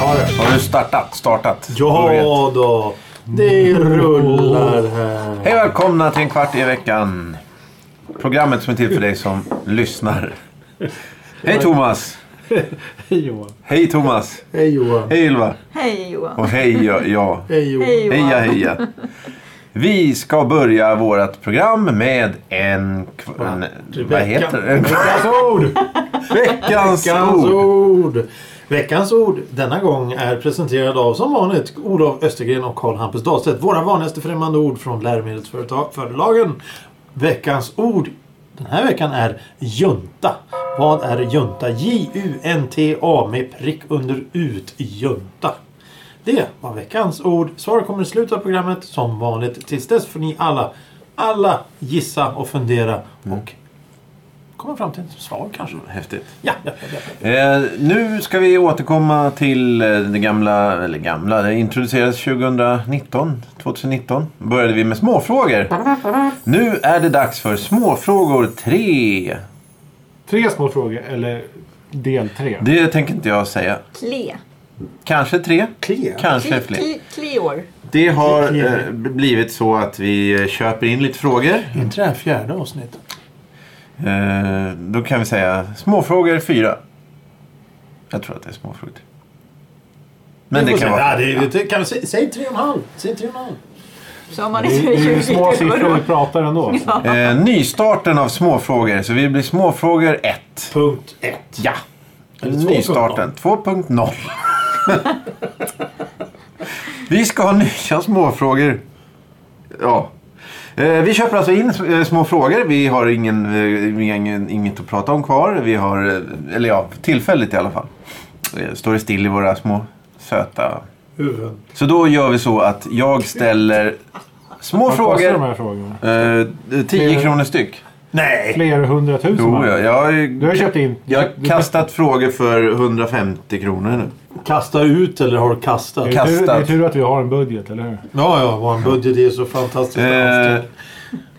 Har det. Har du startat? Startat? Ja då. Mm. Det rullar här. Hej och välkomna till en kvart i veckan. Programmet som är till för dig som lyssnar. Hej Thomas! Hej Johan. Hej Thomas! Hej Johan. Hej Ylva! Hej Johan. Och hej ja. ja. Hej Johan. Hej. Johan. Heja heja! Vi ska börja vårt program med en... kv- en typ vad heter det? En Veckans ord. Veckans Veckans ord! ord. Veckans ord denna gång är presenterad av som vanligt Olof Östergren och Carl Hampus Dahlstedt. Våra vanligaste främmande ord från läromedelsförlagen. Veckans ord den här veckan är junta. Vad är junta? J-U-N-T-A med prick under ut. Junta. Det var veckans ord. Svar kommer i slutet av programmet som vanligt. Tills dess får ni alla, alla gissa och fundera och komma fram till ett svar kanske. Häftigt. Ja, ja, ja, ja. Eh, nu ska vi återkomma till eh, det gamla, eller gamla, det introducerades 2019, 2019. Började vi med småfrågor. Nu är det dags för småfrågor 3. Tre små frågor, eller del tre. Det tänker inte jag säga. Kle. Kanske tre, Kle. kanske Kle, fler. kle, kleor. Det har eh, blivit så att vi eh, köper in lite frågor. Är inte det här fjärde avsnittet? Eh, då kan vi säga småfrågor 4. Jag tror att det är småfrågor. Men det kan vara... Ja, det, det kan, säg, säg tre och en halv. Säg tre och en halv. Så man Det är inte det är ju små ljugit, siffror vi vadå? pratar ändå. Ja. Eh, nystarten av småfrågor. Så vi blir småfrågor 1. Punkt ett. Ja. Eller 2.0. Nystarten 2.0. vi ska ha nya småfrågor. Ja. Eh, Vi köper alltså in eh, små frågor. Vi har ingen, eh, vi har ingen, inget att prata om kvar. Vi har, eh, eller ja, tillfälligt i alla fall. Eh, Står det still i våra små söta... Huvuden. Så då gör vi så att jag ställer små Vad kostar de frågor. här frågorna? Eh, 10 Fler- kronor styck. Nej! Flera hundratusen? Jo, va? jag, jag, Du har köpt in... jag har kastat frågor för 150 kronor nu. Kasta ut eller har du kastat? Det Ja, är, tur, det är kastat. tur att vi har en budget, eller hur? ja. Vår budget är så fantastiskt Eh, ansträngd.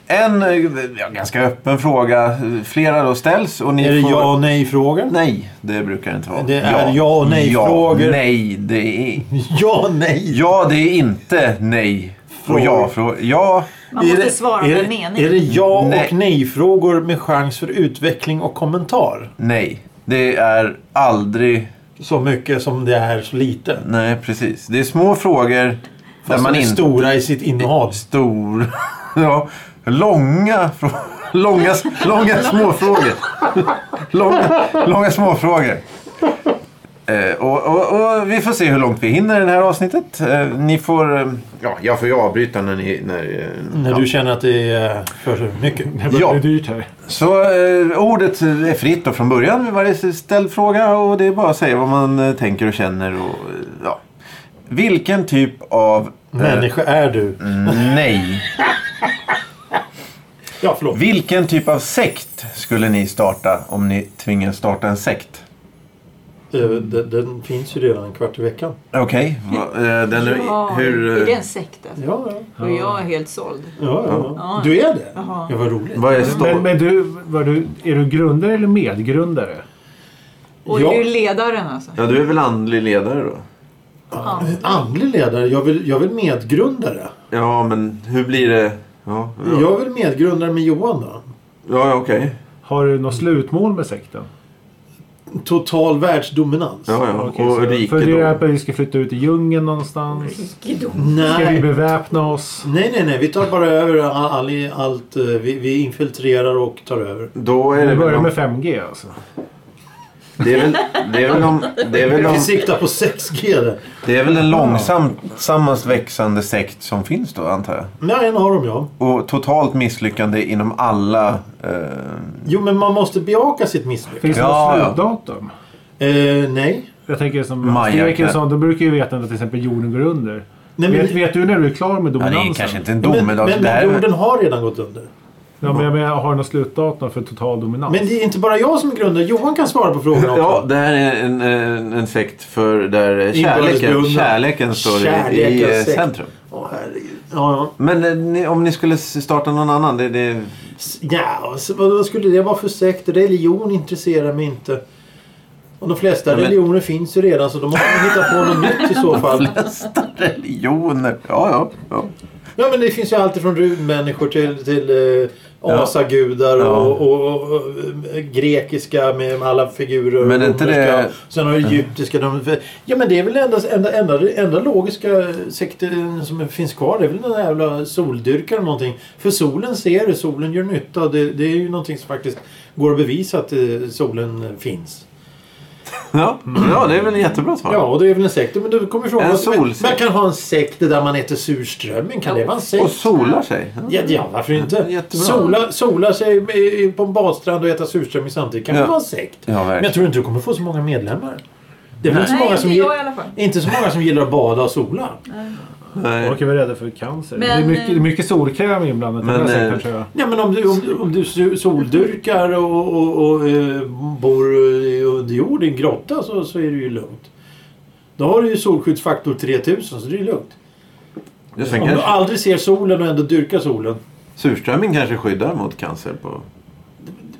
en eh, ja, ganska öppen fråga. eh, Flera då ställs och ni Är det får... ja och nej-frågor? Nej, det brukar det inte vara. Det är ja och nej-frågor. Ja, nej, det är... Ja, nej. Ja, det är inte nej. Och Frågor. ja, frå... ja. Man Är måste det- svara är med det- en mening. Är det ja Nej. och nej-frågor med chans för utveckling och kommentar? Nej. Det är aldrig... Så mycket som det är så lite. Nej, precis. Det är små frågor där Fast man de är inte... stora i sitt innehav. Stor... ja, långa... frå- Långa, långa småfrågor. Långa, långa småfrågor. Eh, och, och, och vi får se hur långt vi hinner i det här avsnittet. Eh, ni får... eh, Ja, jag får ju avbryta när ni... När, eh, När ja. du känner att det är för mycket. Det börjar Ja. bli dyrt här. Så eh, ordet är fritt då från början vid varje ställd fråga och det är bara att säga vad man eh, tänker och känner och... eh, Ja. Vilken typ av... eh, Människa är du. Mm. nej. Ja, förlåt. Vilken typ av sekt skulle ni starta om ni tvingas starta en sekt? Eh, Den, den finns ju redan en kvart i veckan. Okej, va- eh, den är- Ja, hur... Är det eh, en sekt alltså? Ja, ja. Och jag är helt såld. ja, Ja. Du är det? Jaha. Ja, vad roligt. Vad är det Men, står? men du, var du, är du grundare eller medgrundare? Och Ja. du är ledaren alltså? Ja, du är väl andlig ledare då? Ja. Andlig ledare? Jag vill, jag vill medgrundare. Ja, men hur blir det? Ja, ja, Jag vill medgrundare med Johan då. ja okej. Har du något slutmål med sekten? Total världsdominans. Ja, ja. Okej, Och så rikedom. Funderar på att vi ska flytta ut i djungeln någonstans? Rikedom. Ska vi Nej. beväpna oss? nej, nej, nej. Vi tar bara över all, all, allt. eh, Vi, vi infiltrerar och tar över. Då är det Vi väl... börjar om- med 5G alltså. Det är väl, det är väl, om, det är väl, om, Vi siktar på 6G där. det är väl den långsammast växande sekt som finns då, antar jag? Nej, en har de ja. Och totalt misslyckande inom alla... Eh, Jo, men man måste bejaka sitt misslyckande. Finns det Ja, ja. något slutdatum? Eh, nej. Jag tänker som Maja, Hans Greker knä- sa, då brukar ju veta när till exempel jorden går under. Nej, men- vet, vet du när du är klar med ja, det dominansen? är kanske inte en Men, men, domedag. alltså det här är- jorden har redan gått under. Ja, men jag menar, har du något slutdatum för total dominans? Men det är inte bara jag som är grundare. Johan kan svara på frågorna också. Ja, det här är en, en, en sekt för där kärleken, Inbördesbeundran. kärleken står i- i eh, Kärlekens sekt. centrum. Åh, herregud. Ja, ja. Men eh, ni, om ni skulle s- starta någon annan? Det, det, S- Ja, så vad, vad skulle det vara för sekt? Religion intresserar mig inte. Och de flesta Ja, men- religioner finns ju redan så då måste man hitta på något nytt i så fall. flesta religioner. Ja, ja. ja. Ja men det finns ju allt från rymdmänniskor till, till eh, asagudar Ja. och, och, och, eh, grekiska med alla figurer. Men och är inte det- romerska. Sen har du egyptiska. De, ja men det är väl enda, enda, enda, enda logiska sekten som finns kvar. Det är väl den där jävla soldyrkan eller någonting. För solen ser det. Solen gör nytta. Det, det är ju någonting som faktiskt går att bevisa att eh, solen finns. Ja, ja det är väl jättebra svar. Ja och det är väl en sekt. Men du kommer ifrån. En vad- solsekt. Man kan ha en sekt där man äter surströmming. Kan det vara en sekt? Och solar sig. Ja. Ja, ja varför inte? Jättebra. Sola, sola sig i- i- på en badstrand och äta surströmming samtidigt. Kan Ja. ja. vara en sekt. Ja, Men jag verkligen. tror inte du kommer få så många medlemmar. Det är väl inte så Nej, många som inte jag i gillar... alla fall. Inte så många som gillar att bada och sola. Nej. Folk är väl rädda för cancer. Men, det är mycket, eh, det är mycket solkräm inblandat i den Men, här eh, sektorn tror jag. Nej men om du, om, om du su- soldyrkar och, och, och eh, bor eh, under jord i en grotta så, så är det ju lugnt. Då har du ju solskyddsfaktor 3000 så det är lugnt. Ja, sen Om du kanske, aldrig ser solen och ändå dyrkar solen. surströmming kanske skyddar mot cancer. På.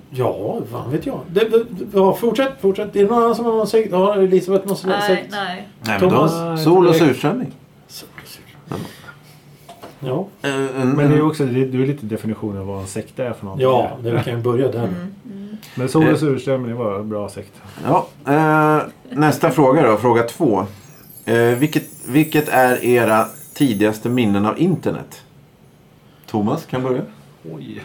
Ja, fan vet jag. Det, det, ja, fortsätt, fortsätt. Är det någon annan som har någon sekt? Ja, Elisabeth någon sån här Nej, sekt? nej. Nej, men då, Thomas- sol och surströmming. Ja, Eh, en- Men det är en- också det är, det är lite definitionen av vad en sekt är för någonting. ja det kan vi börja där. Mm. Men sol Eh. och surströmming, det var en bra sekt. Ja, eh, nästa fråga då, fråga två. Eh, vilket, vilket är era tidigaste minnen av internet? Thomas kan börja. Oj.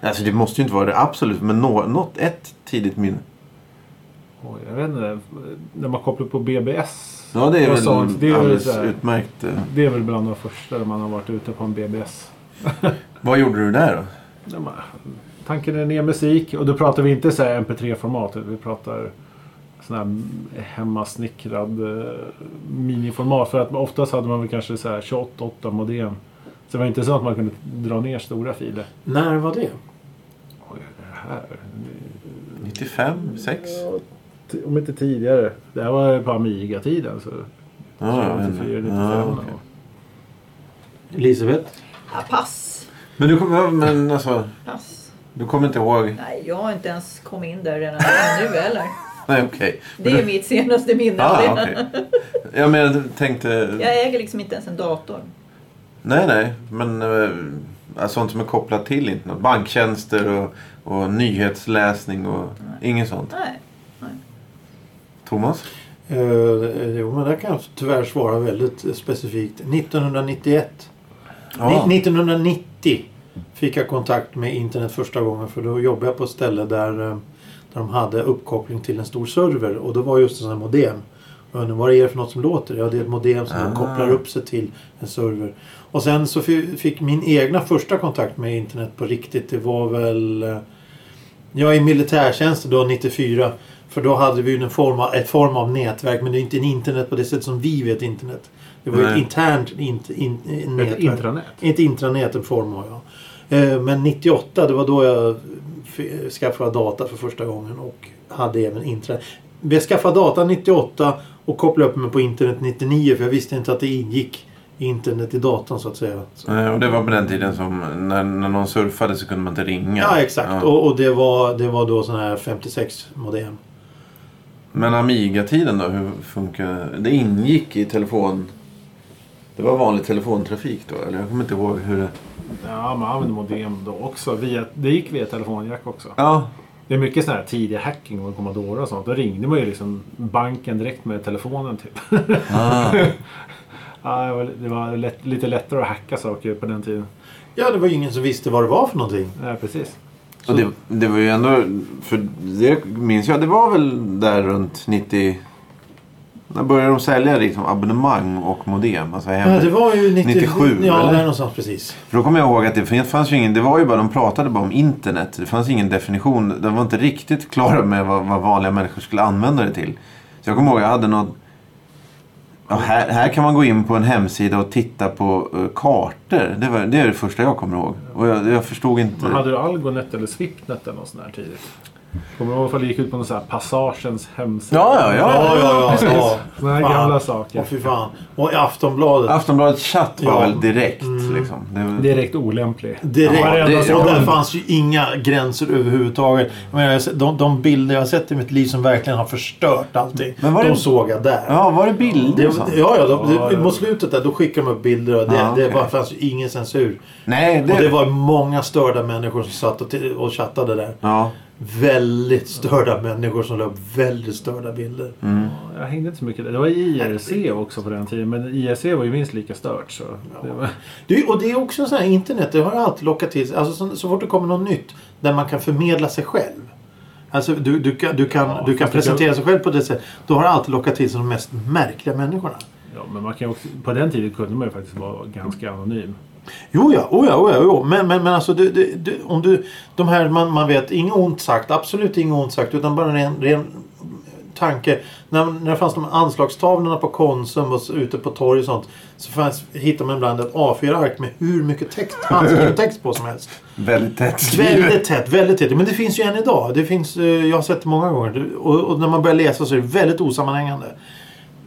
Alltså det måste ju inte vara det absolut, men nå, något, ett tidigt minne. Oj, jag vet inte. När man kopplar på BBS. Ja, det är och väl sånt, det är väl, alldeles så här, utmärkt. eh. det är väl bland de första man har varit ute på en BBS. Vad gjorde du där då? Ja, men, Tanken är ner musik och då pratar vi inte så här mp3-format. Vi pratar sån här hemmasnickrad eh, miniformat. För att oftast hade man väl kanske så här 28 modem. Så det var inte så att man kunde dra ner stora filer. När var det? Oj, det här. 95, 6? T- Om inte tidigare. Det här var på Amiga-tiden. Så Ja, jag vet inte. 94, 95. Ja, Ah, okej. och- Elisabeth? Ja, pass. Men du kommer, men alltså, Pass. du kommer inte ihåg? Nej, jag har inte ens kommit in där redan nu heller. Nej, okej. Det är mitt senaste minne. av Ah, det. okej. Ja, men jag tänkte... Jag äger liksom inte ens en dator. Nej, nej. Men eh, sånt som är kopplat till internet. Banktjänster och, och nyhetsläsning och inget sånt. Nej. Thomas? Eh, jo, men där kan jag tyvärr svara väldigt specifikt. 1991. Ni- 1990 fick jag kontakt med internet första gången för då jobbade jag på ett ställe där, eh, där de hade uppkoppling till en stor server och då var just en sån här modem. Och jag undrar vad det är för något som låter. Ja, det är ett modem som Ah. då kopplar upp sig till en server. Och sen så fi- fick min egna första kontakt med internet på riktigt. Det var väl... eh, Jag är i militärtjänsten då 94. För då hade vi ju en form av, ett form av nätverk men det är inte en internet på det sätt som vi vet internet. Det var ju ett Nej. internt int, in, Ett nätverk. intranät. Inte intranät, en form har jag. Eh, Men 98, det var då jag f- skaffade data för första gången och hade även intranät. Jag skaffade data 98 och kopplade upp mig på internet 99 för jag visste inte att det ingick internet i datan så att säga. Så. Eh, Och det var på den tiden som när, när någon surfade så kunde man inte ringa. Ja, exakt. Ja. Och, och det, var, det var då sån här 56-modem. Men Amiga-tiden då, hur funkar det? ingick i telefon... Det var vanlig telefontrafik då, eller? Jag kommer inte ihåg hur det... Ja, man använde modem då också. Via, det gick via telefonjack också. Ja, Det är mycket sån här tidig hacking och Commodore och sånt. Då ringde man ju liksom banken direkt med telefonen typ. ah. Ja, det var- det var lätt, lite lättare att hacka saker på den tiden. Ja, det var ju ingen som visste vad det var för någonting. Ja, precis. Och det, det var ju ändå, för det minns jag, det var väl där runt 90... När började de sälja liksom abonnemang och modem? Alltså hem. Ja, det var ju 90, 97, Ja, eller? där någonstans precis. För då kommer jag ihåg att det fin- fanns ju ingen, det var ju bara, de pratade bara om internet. Det fanns ingen definition, de var inte riktigt klara med vad, vad vanliga människor skulle använda det till. Så jag kommer ihåg, jag hade något... Ja, här, här kan man gå in på en hemsida och titta på eh, kartor. Det, var, det är det första jag kommer ihåg. Och jag, jag förstod inte. Men hade du Algonet eller Swipnet eller något sånt här tidigt? Kommer du ihåg ifall det gick ut på någon sån här Passagens hemsida? Ja, ja, ja. Ja, ja, ja. ja. Såna här Fan. gamla saker. Åh fy fan. Och i Aftonbladet. Aftonbladet chatt var Ja. väl Mm. direkt. Liksom. Det, Direkt olämplig. Direkt. Ja, det- och där ja. fanns ju inga gränser överhuvudtaget. Jag menar, jag se- de, de bilder jag har sett i mitt liv som verkligen har förstört allting. Men var de det- såg jag där. Ja, var det bilder Det, och sånt? ja, ja, de, Ja, det, ja. mot slutet där då skickade de upp bilder och det, Ja, det okej. var, fanns ju ingen censur. Nej, det... Och det var många störda människor som satt och, t- och chattade där. Ja. Väldigt störda människor som la upp väldigt störda bilder. Jag hängde inte så mycket där. Det var IRC också på den tiden. Men IRC var ju minst lika stört. Så det var... Det, är- och det är också så här, internet det har alltid lockat till sig. Alltså, så, så fort det kommer något nytt där man kan förmedla sig själv. Alltså du, du, kan- du kan, Ja, du kan fast det kan- presentera sig själv på det sättet. Då har det alltid lockat till sig de mest märkliga människorna. Ja, men man kan ju också, på den tiden kunde man ju faktiskt vara ganska anonym. Jo ja, oh ja, oh ja, jo. Men, men, men alltså du, du, du, om du... De här man, man vet, inget ont sagt. Absolut inget ont sagt. Utan bara en ren, ren tanke. När, när det fanns de här anslagstavlorna på Konsum och så, ute på torg och sånt. Så fanns, hittade man ibland ett A4-ark med hur mycket text, handskriven text på som helst. Väldigt tätt skrivet. Väldigt tätt, väldigt tätt. Men det finns ju än idag. Det finns, eh, jag har sett det många gånger. Det- Och, och när man börjar läsa så är det väldigt osammanhängande.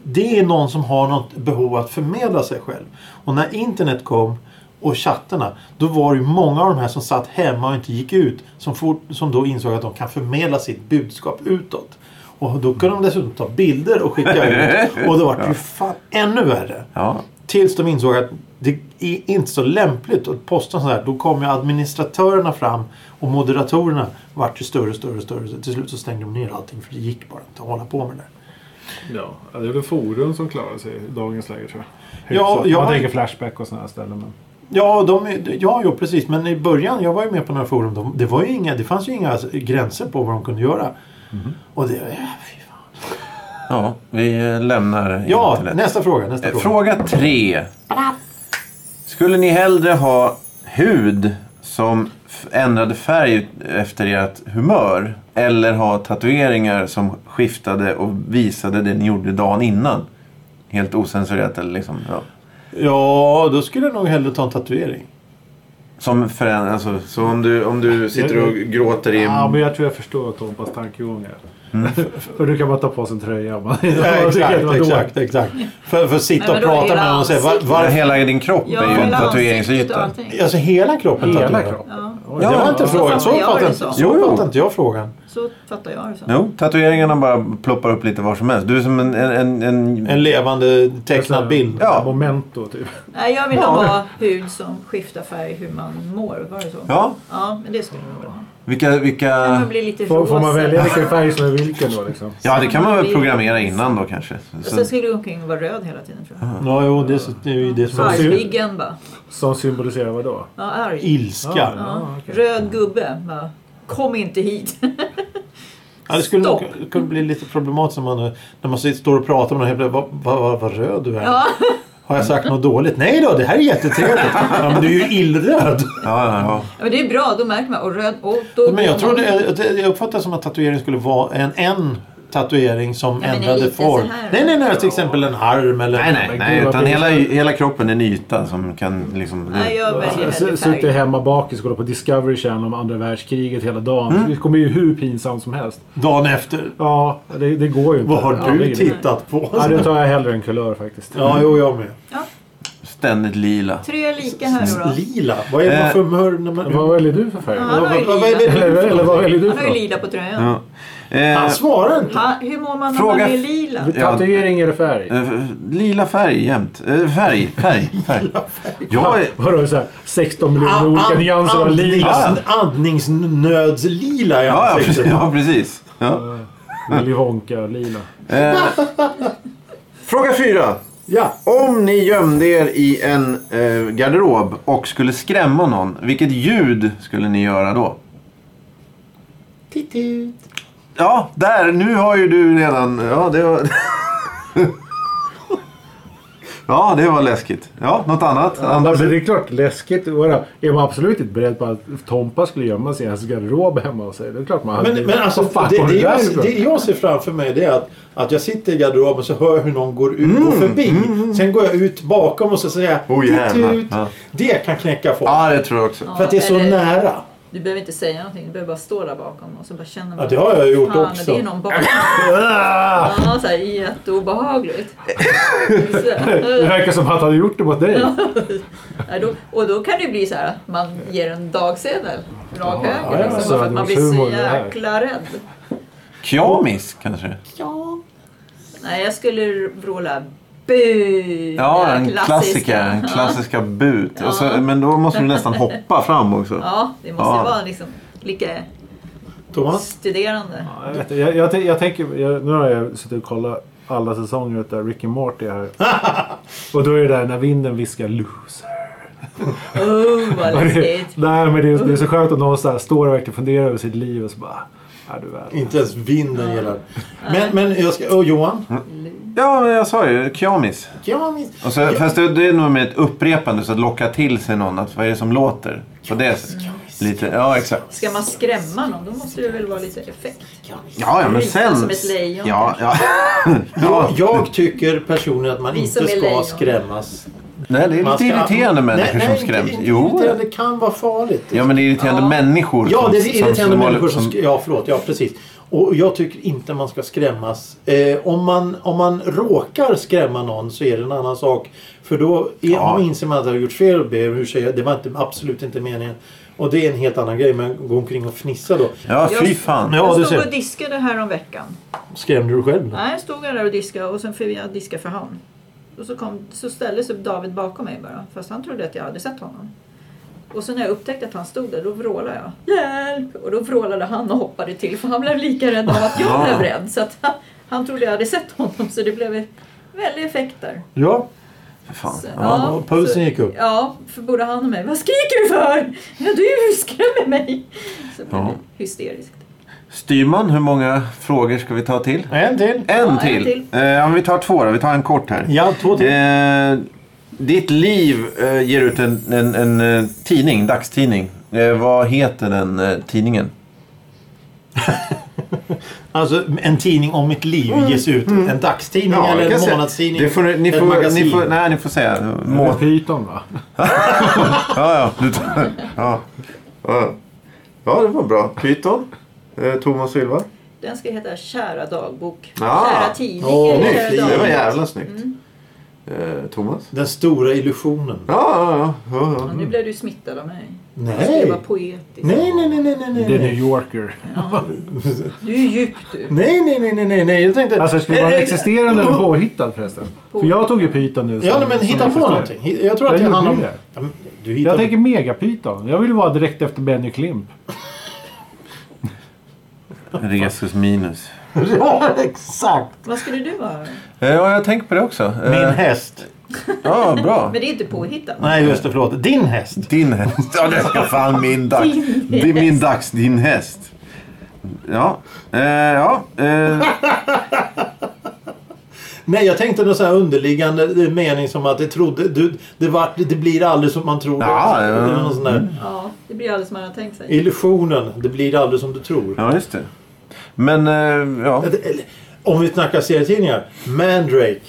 Det är någon som har något behov att förmedla sig själv. Och när internet kom och chattarna, då var det ju många av de här som satt hemma och inte gick ut som, fort, som då insåg att de kan förmedla sitt budskap utåt. Och då kunde de dessutom ta bilder och skicka ut. Och då var det ju fan ännu värre. Ja. Tills de insåg att det är inte så lämpligt att posta sådär. Då kom ju administratörerna fram och moderatorerna vart ju större och större och större. Så till slut så stängde de ner allting för det gick bara inte att hålla på med det. Ja, det är väl forum som klarar sig i dagens läge tror jag. Ja, Hyfsat. ja. Man tänker Flashback och sådana här ställen. Men... Ja, de, är- ja, jo, precis. Men i början, jag var ju med på några forum. De, det, var ju inga, det fanns ju inga gränser på vad de kunde göra. Och det, ja, fy fan. ja, vi eh, lämnar ja, internet. nästa fråga. Nästa Eh, fråga. Fråga tre. Skulle ni hellre ha hud som f- ändrade färg efter ert humör? Eller ha tatueringar som skiftade och visade det ni gjorde dagen innan? Helt osensurerat eller liksom... Ja. Ja, då skulle jag nog hellre ta en tatuering. Som förändrar, alltså, så om du, om du sitter och gråter i... Ja, men jag tror jag förstår Tompas tankegångar. För du kan bara ta på sig en tröja. om Man, Mm. Ja, man tycker att det var exakt, exakt, dåligt. exakt. För, för att sitta Nej, och men då är prata hela med någon och säga var, ansiktet. varför Hela din kropp är ju en hela ansiktet och tatueringsyta. allting. Alltså hela kroppen Hela tatuerad? kroppen. Ja, Oj, Ja, det var Ja. inte Så frågan. Så fattar jag fattar det inte, så. så Jo, jo. fattar inte jag frågan. så fattar jag det så. Jo, tatueringarna bara ploppar upp lite var som helst. Du är som en... en, en, en... En levande Alltså, tecknad bild. Ja. Momento typ. Nej, jag vill Ja. ha hud som skiftar färg hur man mår. Var det så? Ja, Ja, men det skulle jag vilja ha. vilka... vilka... Eh, Man blir lite Får, får man rosa. välja vilken färg som är vilken då liksom? Ja, det kan man väl programmera innan då kanske. Och sen skulle jag gå omkring och vara röd hela tiden tror jag. Ja, jo, det är Ah, så- det är ju det som är Färg. Argviggen bara. Som symboliserar vad då? Ja, arg. ilska. Ja. okej. Röd gubbe bara. Kom inte hit. Ja, det skulle nog Stopp. kunna bli lite problematiskt när man, när man sitter- står och pratar med någon. helt plötsligt, Vad, vad, vad, vad röd du är. Ja. Har jag sagt något dåligt? Nej då, det här är jättetrevligt. Ja, men du är ju illröd. Ja, ja, Ja, men det är bra, då märker man. Och röd, och då Men jag går man- trodde, jag- jag- jag uppfattade som att tatuering skulle vara en, en tatuering som Ja, men en ändrade liten så form. här. Nej, nej, nej. Till exempel en arm eller... Nej, nej, Men nej. gud, vad Utan pinsamt. hela, hela kroppen är en yta som kan liksom... Nej, jag väljer S- hellre Sitter färg. hemma bakis och kollar på Discovery Channel om andra världskriget hela dagen. Mm. Det kommer ju hur pinsamt som helst. Dagen efter. Ja, det, det går ju inte. Vad har Aldrig. du tittat på? Ja, det tar jag hellre än kulör faktiskt. Ja, jo, jag med. Ständigt lila. Tre lika här då. Lila? Vad är man för humör när man... Eh, Vad väljer du för färg? Ja. vad- vad- vad är det- Eller, eller vad väljer du Han har ju för? lila på tröjan. Ja. Eh, Alltså- Han svarar inte. Ha, hur mår man när Fråga- man är lila? Tatuering eller färg? eh, lila färg jämt. Eh, färg, färg, färg. Jag är... Vadå såhär 16 miljoner olika nyanser av lila? andnings- Andningsnödslila i Ja, ja, precis. ansiktet. Ja, precis. Ja. Willy Wonka-lila. Eh, fråga fyra. Ja. Om ni gömde er i en eh, garderob och skulle skrämma någon, vilket ljud skulle ni göra då? Ja, där! Nu har ju du redan... Ja, det var... Ja, det var läskigt. Ja, något annat? Andra Alltså, det är klart, läskigt. att vara. Är man absolut inte beredd på att Tompa skulle gömma sig i hans garderob hemma och säga. Det är klart man Men, men alltså, Vad fan det, kom det, jag, där ifrån? det jag ser framför mig det är att, att jag sitter i garderoben så hör jag hur någon går, ut, Mm. går förbi. Sen går jag ut bakom och så säger jag Oh, jävlar. "Tut, tut." Ja. Det kan knäcka folk. Ja, det tror jag också. För att det är så Eller- nära. Du behöver inte säga någonting, du behöver bara stå där bakom och så bara känner man. Ja, det har jag gjort Fan, också. det är någon bakom. ja, så här, jätteobehagligt. Det verkar som att han hade gjort det mot dig. Nej, då, och då kan det ju bli så här att man ger en dagsedel rak höger. ja, alltså, liksom, bara så för det att man var blir så humor, det här. jäkla rädd. Kjamis kanske? Ja. Nej, jag skulle vråla bu. Ja, Den en klassiska. klassiker. Den klassiska but. Och så, men då måste du nästan hoppa fram också. Ja, det måste Ja. ju vara liksom lika Thomas? studerande. Ja, Jag, vet, jag, jag, tän- jag tänker, jag, nu har jag suttit och kollat alla säsonger utav Rick and Morty här. Och då är det där när vinden viskar loser. Oh, vad Och det- läskigt. Nej men det är, det är så skönt att någon så här står och verkligen funderar över sitt liv och så bara... Är du väl? Inte ens vinden gillar men, men jag ska... Och Johan? Mm. Ja, men jag sa ju kjamis. Kjamis. Och så, Fast det, det är nog med ett upprepande så att locka till sig någon. Att, vad är det som låter? På det lite, ja, exakt. Ska man skrämma någon då måste det väl vara lite effekt. Ja, ja, men Visa sen... som ett lejon. Ja, ja. Jag, jag tycker personligen att man Vi inte som är ska lejon. skrämmas. Nej, det är Man lite ska- irriterande människor nej, som nej, skräms. Inte, inte Jo, irriterande. Det kan vara farligt. ja, men det är irriterande människor. Ja, som- det är irriterande som- människor som... sk- Ja, förlåt. Ja, precis. Och jag tycker inte man ska skrämmas. Eh, om, man, om man råkar skrämma någon så är det en annan sak. För då är, Ja. inser man att jag har gjort fel och ber om ursäkt. Det var inte, absolut inte meningen. Och det är en helt annan grej. Men gå omkring och fnissa då. Ja, fy Jag- fan. Ja, du jag ser. stod och diskade här om veckan. Skrämde du själv? Nej, jag stod där och diskade och sen fick jag diska för honom. Och så, kom, så ställde sig David bakom mig bara, fast han trodde att jag hade sett honom. Och så när jag upptäckte att han stod där, då vrålade jag. Hjälp! Och då vrålade han och hoppade till, för han blev lika rädd av att jag blev rädd. Så att han, han trodde jag hade sett honom, så det blev en väldig effekt där. Ja. Fy fan. Så, Ja. och pulsen så- gick upp. Ja, för både han och mig. Vad skriker du för? Ja, du skrämmer mig! Så det blev Ja. hysteriskt. Styrman, hur många frågor ska vi ta till? En till. En en till. till. Eh, ja, men vi tar två då. Vi tar en kort här. Ja, två till. Eh, ditt liv eh, ger ut en, en, en eh, tidning, dagstidning. Eh, vad heter den eh, tidningen? Alltså en tidning om mitt liv ges ut. En dagstidning eller en månadstidning. Det får, ni- ni, ett får, magasin. ni får, nej, ni får säga. Må, Med Python va? ja, ja, du tar, ja. ja. Ja, det var bra. Python. Eh, Thomas Silva. Den ska heta Kära dagbok. Ah. Kära tidning. Åh, eller snyggt. kära dagbok. Det var jävla snyggt. Eh, Thomas. Den stora illusionen. Ja, ja, ja. ja, ja. Ja, nu blev du smittad av mig. Jag skulle Nej. vara poetisk. Nej, nej, nej, nej, nej, Det är New nej. Yorker. Du är djup du. Nej, nej, nej, nej, nej, nej. Jag tänkte... Alltså ska det vara Eh, en eh, existerande eller påhittad förresten? För jag tog ju Python nu. Ja, som- nej, men som hitta på existerar. någonting. Hi- Jag tror Jag att det gjorde handlar om... det. Ja, men du hittar... Jag tänker megapyton. Jag vill vara direkt efter Benny Klimp. Resus minus. Ja, exakt. Vad skulle du vara? Eh, Ja, jag tänker på det också. Eh, Min häst. Ja, bra. Men det är inte påhittat. Nej, just det. Förlåt. Din häst. Din häst. Ja, det ska fan min dags. Det är min dags, din häst. Ja. Eh, ja. Eh, Nej, jag tänkte någon sån här underliggande eh, mening som att det trodde... Du, det, var, det blir aldrig som man tror. Ja, ja, ja. Eller någon sån där. Ja, det blir alldeles som man har tänkt sig. Illusionen. Det blir aldrig som du tror. ja, just det. Men, eh, ja. Eller- eller- Om vi snackar serietidningar. Mandrake.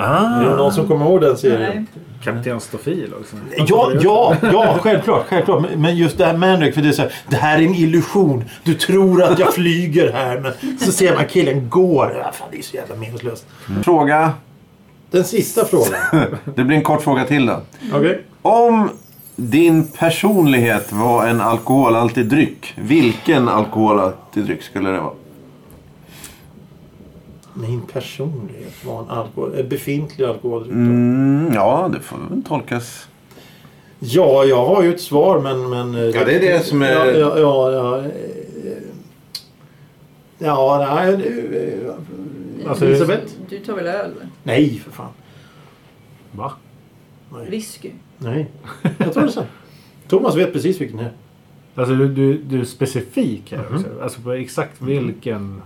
Ah. Är det någon som kommer ihåg den serien? Nej. Kapten Stofil också. Ja, ja, ja, självklart, självklart. Men- Men just det här Mandrake, för det är så här, det här är en illusion. Du tror att jag flyger här, men så ser man killen går. Ja, fan, det är så jävla meningslöst. Fråga. Den sista frågan. Det blir en kort fråga till då. Okej. Om din personlighet var en alkoholhaltig dryck, vilken alkoholhaltig dryck skulle det vara? Min personlighet var en alkohol, en befintlig alkoholdryck. då. Mm, ja, det får väl tolkas. Ja, jag har ju ett svar, men... men eh, Ja, det är det som är- Ja, ja, ja. ja, eh, ja nej. eh, Alltså, Elisabeth? Du tar väl öl? va? Nej, för fan. Va? Whisky? Nej. Jag tror det så. Thomas vet precis vilken det är. Mhm. Alltså du, du, du är specifik här också. Alltså på exakt vilken...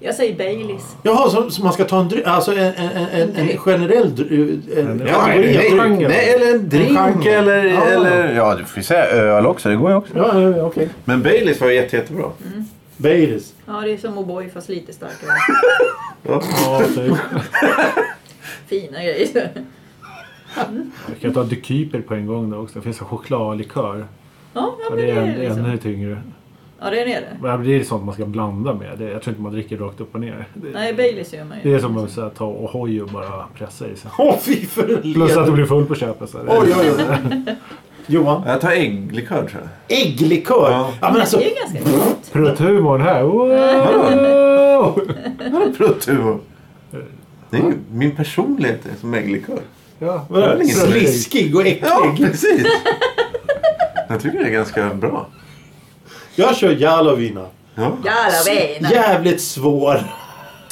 Jag säger Baileys. Jaha, så, så man ska ta en dryck? Alltså en, en, en, en generell dryck? En, Ja, Ja, en- det är nej, en genre. nej, eller en drink genre. eller, Ja. eller... Ja, du får ju säga öl också. Det går ju också. Ja, ja, okej. Men Baileys var ju jätte, jättebra. Baileys. Ja, det är som O'boy fast lite starkare. Ja, typ. Fina grejer. Jag kan ta Dekyper på en gång då också. Det finns en chokladlikör. Ja, ja Ja, men det är en, liksom. ännu tyngre. Ja, det är det. Men Det är sånt man ska blanda med. Det, jag tror inte man dricker rakt upp och ner. Det, Nej, Baileys gör man ju. det är som att så här, ta O'boy och bara pressa i sig. Åh, fy för Plus att du helvete. blir full på köpet. så här. Oj, oj, oj. Johan? Jag tar ägglikör tror jag. Ägglikör? Ja. Ja, men alltså... Det är ganska gott. Prutthumorn här. Wow! Pruttuvo. Det är ju min personlighet är som ägglikör. Ja, vadå? det är ingen slisk. Sliskig och Ja, äcklig. precis. Jag tycker det är ganska bra. Jag kör Jalovina. Ja. Jävla vena. Jävligt svår.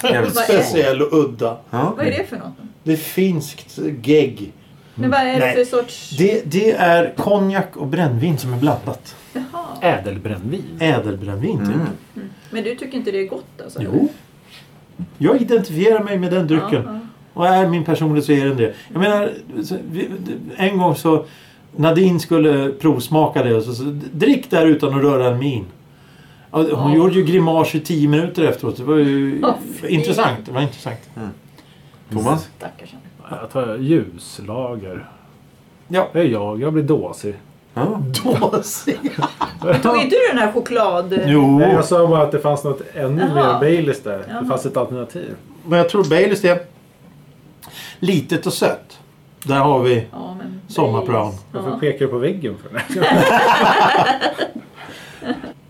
Jävligt Vad är- Speciell och udda. Ja. Vad är det för något? Det är finskt gegg. Men vad är det Nej. för sorts... Det, det är konjak och brännvin som är blandat. Jaha. Ädelbrännvin. Ädelbrännvin typ. Mm. Men du tycker inte det är gott alltså? Jo. Jag identifierar mig med den Ja, drycken. ja. Och är min personlighet så är den det. Jag menar, så vi- en gång så Nadine skulle provsmaka det och så, så drick där utan att röra en min. Ja, Hon Ja. gjorde ju grimas i tio minuter efteråt. Det var ju Ja, fy. intressant. Det var intressant. Thomas? Stackars henne. Jag tar ljuslager. Ja. Det är jag. Jag blir dåsig. Ja. Dåsig. Tog inte du den här choklad... Jo, Eh, Nej, jag sa bara att det fanns något ännu Jaha. mer Baileys där. Jaha. Det fanns ett alternativ. men jag tror Baileys är litet och sött. Där har vi Ja, men... Sommarplan. Varför Ja. pekar du på väggen för mig?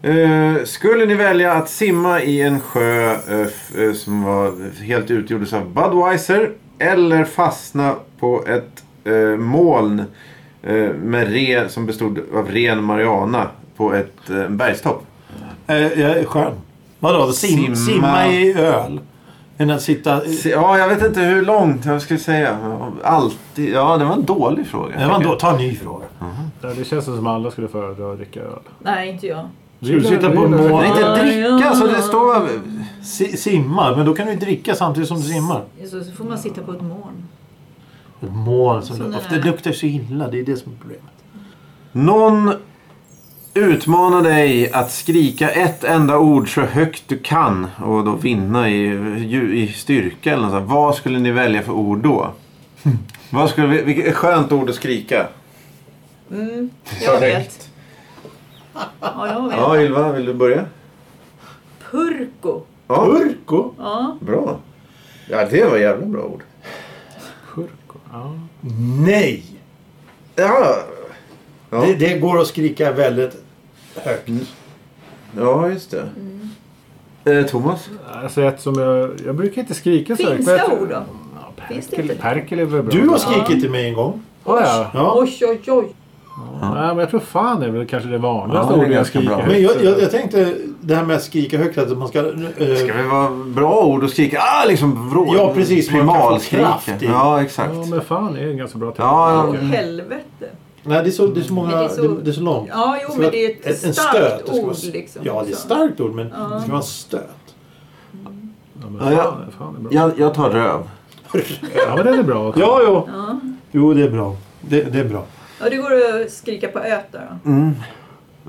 Eh, skulle ni välja att simma i en sjö eh, f- eh, som var helt utgjordes av Budweiser eller fastna på ett eh, moln eh, med re, som bestod av ren Mariana på ett eh, bergstopp? Eh, jag är skön. Vadå? Sim, Simma. simma i öl? Än att sitta... Se- Ja, jag vet inte hur långt jag skulle säga. Alltid. Ja, det var en dålig fråga. Ja, men då, ta en ny fråga. Ja, det känns som att alla skulle föredra att dricka öl. Nej, inte jag. Ska du sitta på Gillar- mål? Nej, inte dricka, så det står... Si, simma, men då kan du ju dricka samtidigt som du simmar. Alltså, Så, så får man sitta på ett moln. Ett moln som Som den luktar. här. Det luktar så illa, det är det som är problemet. Någon utmanar dig att skrika ett enda ord så högt du kan och då vinna i, ju- i styrka eller något sånt. Vad skulle ni välja för ord då? Vad skulle vi, vilket skönt ord att skrika. Mm, Så jag högt. vet. Ja, jag vet. Ja, Ylva, vill du börja? Purko. Ja, Urko? Ja. bra. Ja, det var jävla bra ord. Purko. Ja. Nej! Ja, Ja. Det, det går att skrika väldigt högt. ja just det. Eh, Thomas? Alltså ett som jag... Jag brukar inte skrika så Finns men jag det tror- ord då? Ja, Finns det inte Perkele, det? perkele är väl bra. Du har då? skrikit till mig en gång. Ja, ja. Ja. Oj, oj, oj. Nej, men jag tror fan det är väl kanske det vanligaste Ja, det är ordet jag ganska skriker. bra. Men jag, jag, jag tänkte det här med att skrika högt, att man ska... eh, Ska vi vara bra ord och skrika? Ah, liksom vrå, Ja, precis, man kan få Primalskrika. kraft i. Ja, Ja, exakt. men fan det är en ganska bra teknik. Ja, Åh, ja. helvete. nej, det är så, det är så många... Men Det det är är så, så- det, är så långt. Ja, jo, men det är ett en starkt stöt. Det ska ord vara- liksom. Ja, det är Så. ett starkt ord, men det ska Ja. vara en stöt. Ja, men Ja, ja. fan, fan det är bra. Jag, jag tar röv. Ja, men den är bra också. Ja, jo. Ja. Jo, det är bra. Det, det är bra. ja, det går att skrika på öt där då.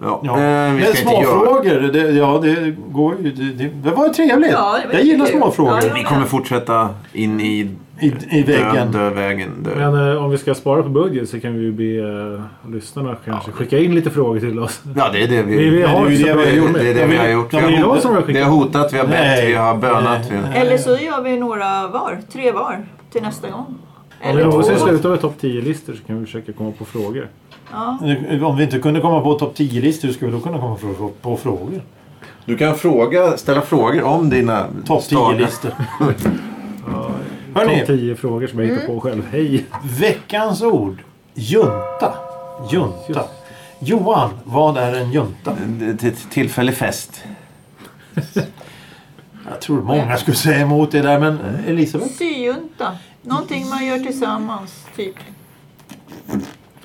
Ja. Ja. Eh, vi Men ska inte göra småfrågor, det, ja det går ju. Det, det, det var ju trevligt. Ja, det var jag gillar kul. småfrågor. Ja, Vi kommer fortsätta in i I, I väggen. Dö, dö, vägen. Dö. Men eh, om vi ska spara på budget så kan vi ju be eh, lyssnarna kanske skicka in lite frågor till oss. Ja, det är det vi, Vi, vi det är har ju ju det det vi vi har gjort. med. Det är det vi har gjort. Vi Ja, men det är de som har har, skickat. vi har hotat, vi har bett, Nej. vi har bönat. Vi har... Eller så gör vi några var. Tre var till nästa gång. Om vi någonsin två. slutar med topp 10-listor så kan vi försöka komma på frågor. Ja. Om vi inte kunde komma på topp 10-listor, hur skulle vi då kunna komma på, på frågor? Du kan fråga, ställa frågor om dina Topp stagar. 10-listor. Topp Hörni, 10 frågor som jag hittar Mm. på själv. Hej! veckans ord. Junta. Junta. Johan, vad är en junta? Till till- tillfällig fest. Jag tror många skulle säga emot det där, men Elisabeth? Syjunta. Någonting man gör tillsammans, typ.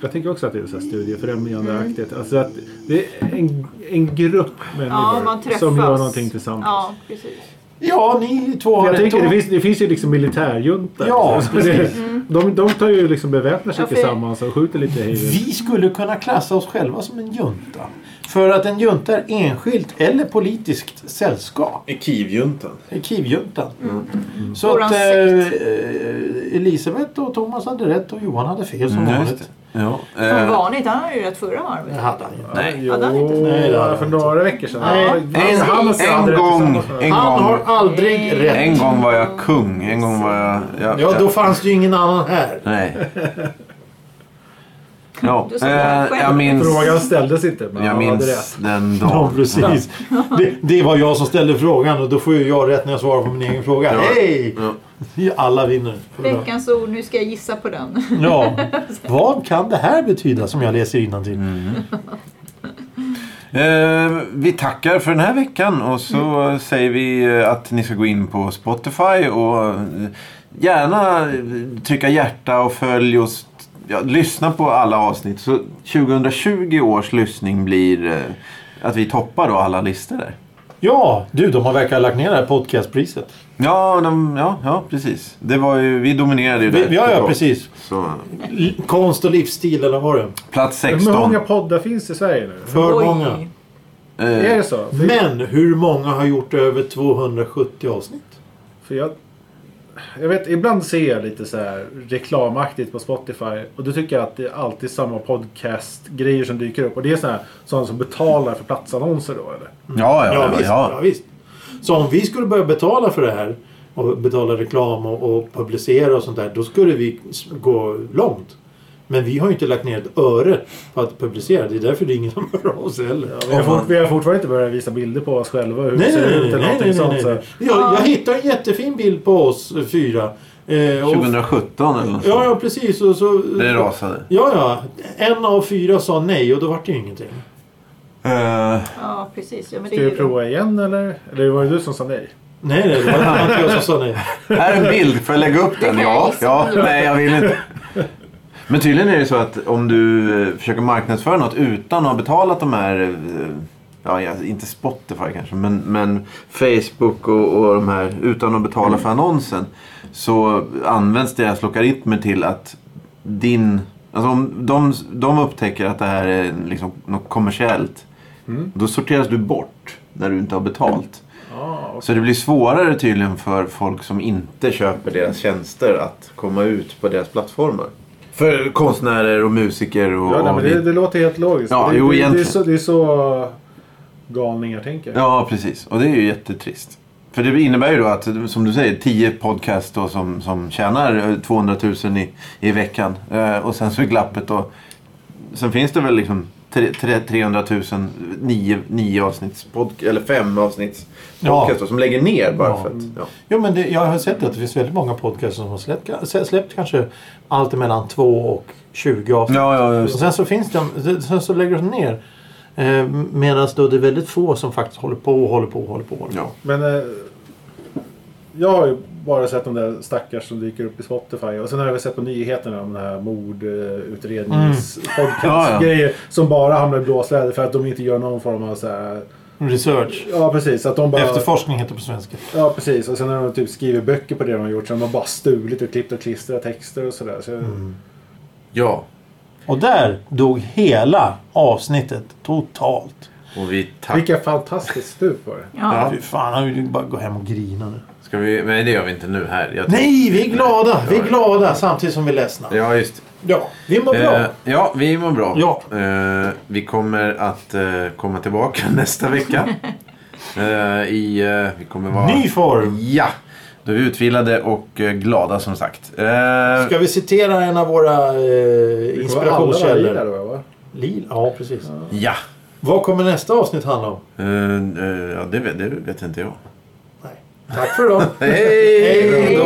Jag tänker också att det är så här studiefrämjandeaktigt. Alltså att det är en, en grupp människor man träffas. som gör någonting tillsammans. Ja, precis. Ja, ni två För har jag rätt. tänker, det, Och- finns, det finns ju liksom militärjuntor. Ja, Så det, de, de tar ju liksom beväpnar sig Ja, för- tillsammans och skjuter lite hej vilt. Vi skulle kunna klassa oss själva som en junta. För att en junta är enskilt eller politiskt sällskap. I Kivjuntan. Det är Kivjuntan. Så Våran att eh, sekt. eh, Elisabeth och Thomas hade rätt och Johan hade fel som Mm, just vanligt. det. Ja. Som Eh, vanligt, han hade ju rätt förra varvet. Det hade han ju. nej. Jo, hade han inte. Nej, det hade han för inte. några veckor sedan. Nej. En, han och Sandra en hade gång, tillsammans. en Han har gång, aldrig rätt. en gång var jag kung. En gång var jag... jag Ja, då fanns det ju ingen annan här. Nej. Ja, Du sa det eh, själv. jag minns, Frågan ställdes inte, men jag han hade minns rätt. den Ja, dagen. precis. Det, det var jag som ställde frågan och då får ju jag rätt när jag svarar på min egen fråga. Ja. Hej! Alla vinner. Veckans ord, nu ska jag gissa på den. Ja. Vad kan det här betyda som jag läser innantill? Eh, vi tackar för den här veckan och så Mm. säger vi eh, att ni ska gå in på Spotify och eh, gärna eh, trycka hjärta och följ oss. Ja, lyssna på alla avsnitt. Så 2020 års lyssning blir eh, att vi toppar då alla listor där. Ja, du de har verkar lagt ner det här podcastpriset. Ja, de, ja, ja precis. Det var ju, vi dominerade ju Vi- där. Ja, ja precis. Så, L- Konst och livsstil eller vad var det? plats Hur 16. många poddar finns i Sverige nu? För Oj. många. Eh, Är det så? För, Men hur många har gjort över 270 avsnitt? för jag, jag vet, ibland ser jag lite så här reklamaktigt på Spotify. Och då tycker jag att det är alltid samma podcast-grejer som dyker upp. Och det är så här, sådana som betalar för platsannonser då eller? ja, ja, ja, visst, ja, ja. visst. Så om vi skulle börja betala för det här och betala reklam och, och publicera och sånt där då skulle vi s- gå långt. Men vi har ju inte lagt ner ett öre på att publicera. Det är därför det är ingen som hör av sig heller. Vi har, fort, vi har fortfarande inte börjat visa bilder på oss själva. Hur Nej, vi ser nej, ut nej, eller nej, någonting nej, nej, sånt. nej. Så. Jag, jag hittade en jättefin bild på oss eh, fyra. Eh, och, 2017 eller något ja, sånt. ja, precis. Och så, Det rasade. Ja, ja. En av fyra sa nej och då vart det ju ingenting. Eh, Ja, precis. Ja, men det Ska är vi ju då. prova igen eller? Eller var det du som sa nej? Nej, nej, det var inte jag som sa nej. Här är en bild, får jag lägga upp den? kan Ja, jag gissa ja, om du- nej jag vill inte. Men tydligen är det så att om du eh, försöker marknadsföra något utan att ha betalat de här, eh, ja jag- inte Spotify kanske, men, men Facebook och, och de här utan att betala för annonsen. Så används deras logaritmer till att din, alltså om de, de upptäcker att det här är liksom något kommersiellt. Då sorteras du bort när du inte har betalt. Ja, och Så det blir svårare tydligen för folk som inte köper deras tjänster att komma ut på deras plattformar. För konstnärer och musiker och... Ja, nej, men det, och- det låter helt logiskt. Ja, det, jo, det, det, är egentligen. så, det är så galningar tänker. ja precis. Och det är ju jättetrist. För det innebär ju då att, som du säger, 10 podcast då som, som tjänar eh, 200 000 i, i veckan. Eh, och sen så är glappet då... Sen finns det väl liksom tre- tre- 300 000 nio, nio avsnitts podcast, eller fem avsnitts podcast då, som lägger ner bara Ja. för att... Ja. Jo, men det, jag har sett att det finns väldigt många podcasts som har släppt, sä- släppt kanske allt mellan 2 och 20 avsnitt. Ja, ja, Och sen så finns de, sen så lägger de ner. Eh, Medan då det är väldigt få som faktiskt håller på och håller på och håller på. håller på. ja. Men eh, jag har ju bara sett de där stackars som dyker upp i Spotify. Och sen har jag väl sett på nyheterna om den här Ja, ja. mordutredningspodcast-grejer. Som bara hamnar i blåsväder för att de inte gör någon form av så här... Research. Ja, precis. Att de bara... Efterforskning heter det på svenska. Ja, precis. Och sen har de typ skrivit böcker på det de har gjort. Så de har bara stulit och klippt och klistrat texter och sådär. Så, ja. Och där dog hela avsnittet totalt. Och vi tackar. Vilka fantastiskt stup var det. Ja. Fy fan, han vill ju bara gå hem och grina nu. Ska vi... Nej, det gör vi inte nu här. Jag Nej, vi är glada! Vi är glada samtidigt som vi är ledsna. Ja, just Ja, vi mår det. bra. Eh, ja, vi mår bra. Ja. Eh, vi kommer att eh, komma tillbaka nästa vecka. Eh, i, eh, vi kommer vara... Ny form. Ja! Då är vi utvilade och eh, glada som sagt. Eh, Ska vi citera en av våra eh, Det var alla där inspirationskällor? då, va? Lila, ja precis. Ja! Vad kommer nästa avsnitt handla om? Eh, eh, ja, det vet, det vet inte jag. Nej. Tack för idag. Hej! Hej!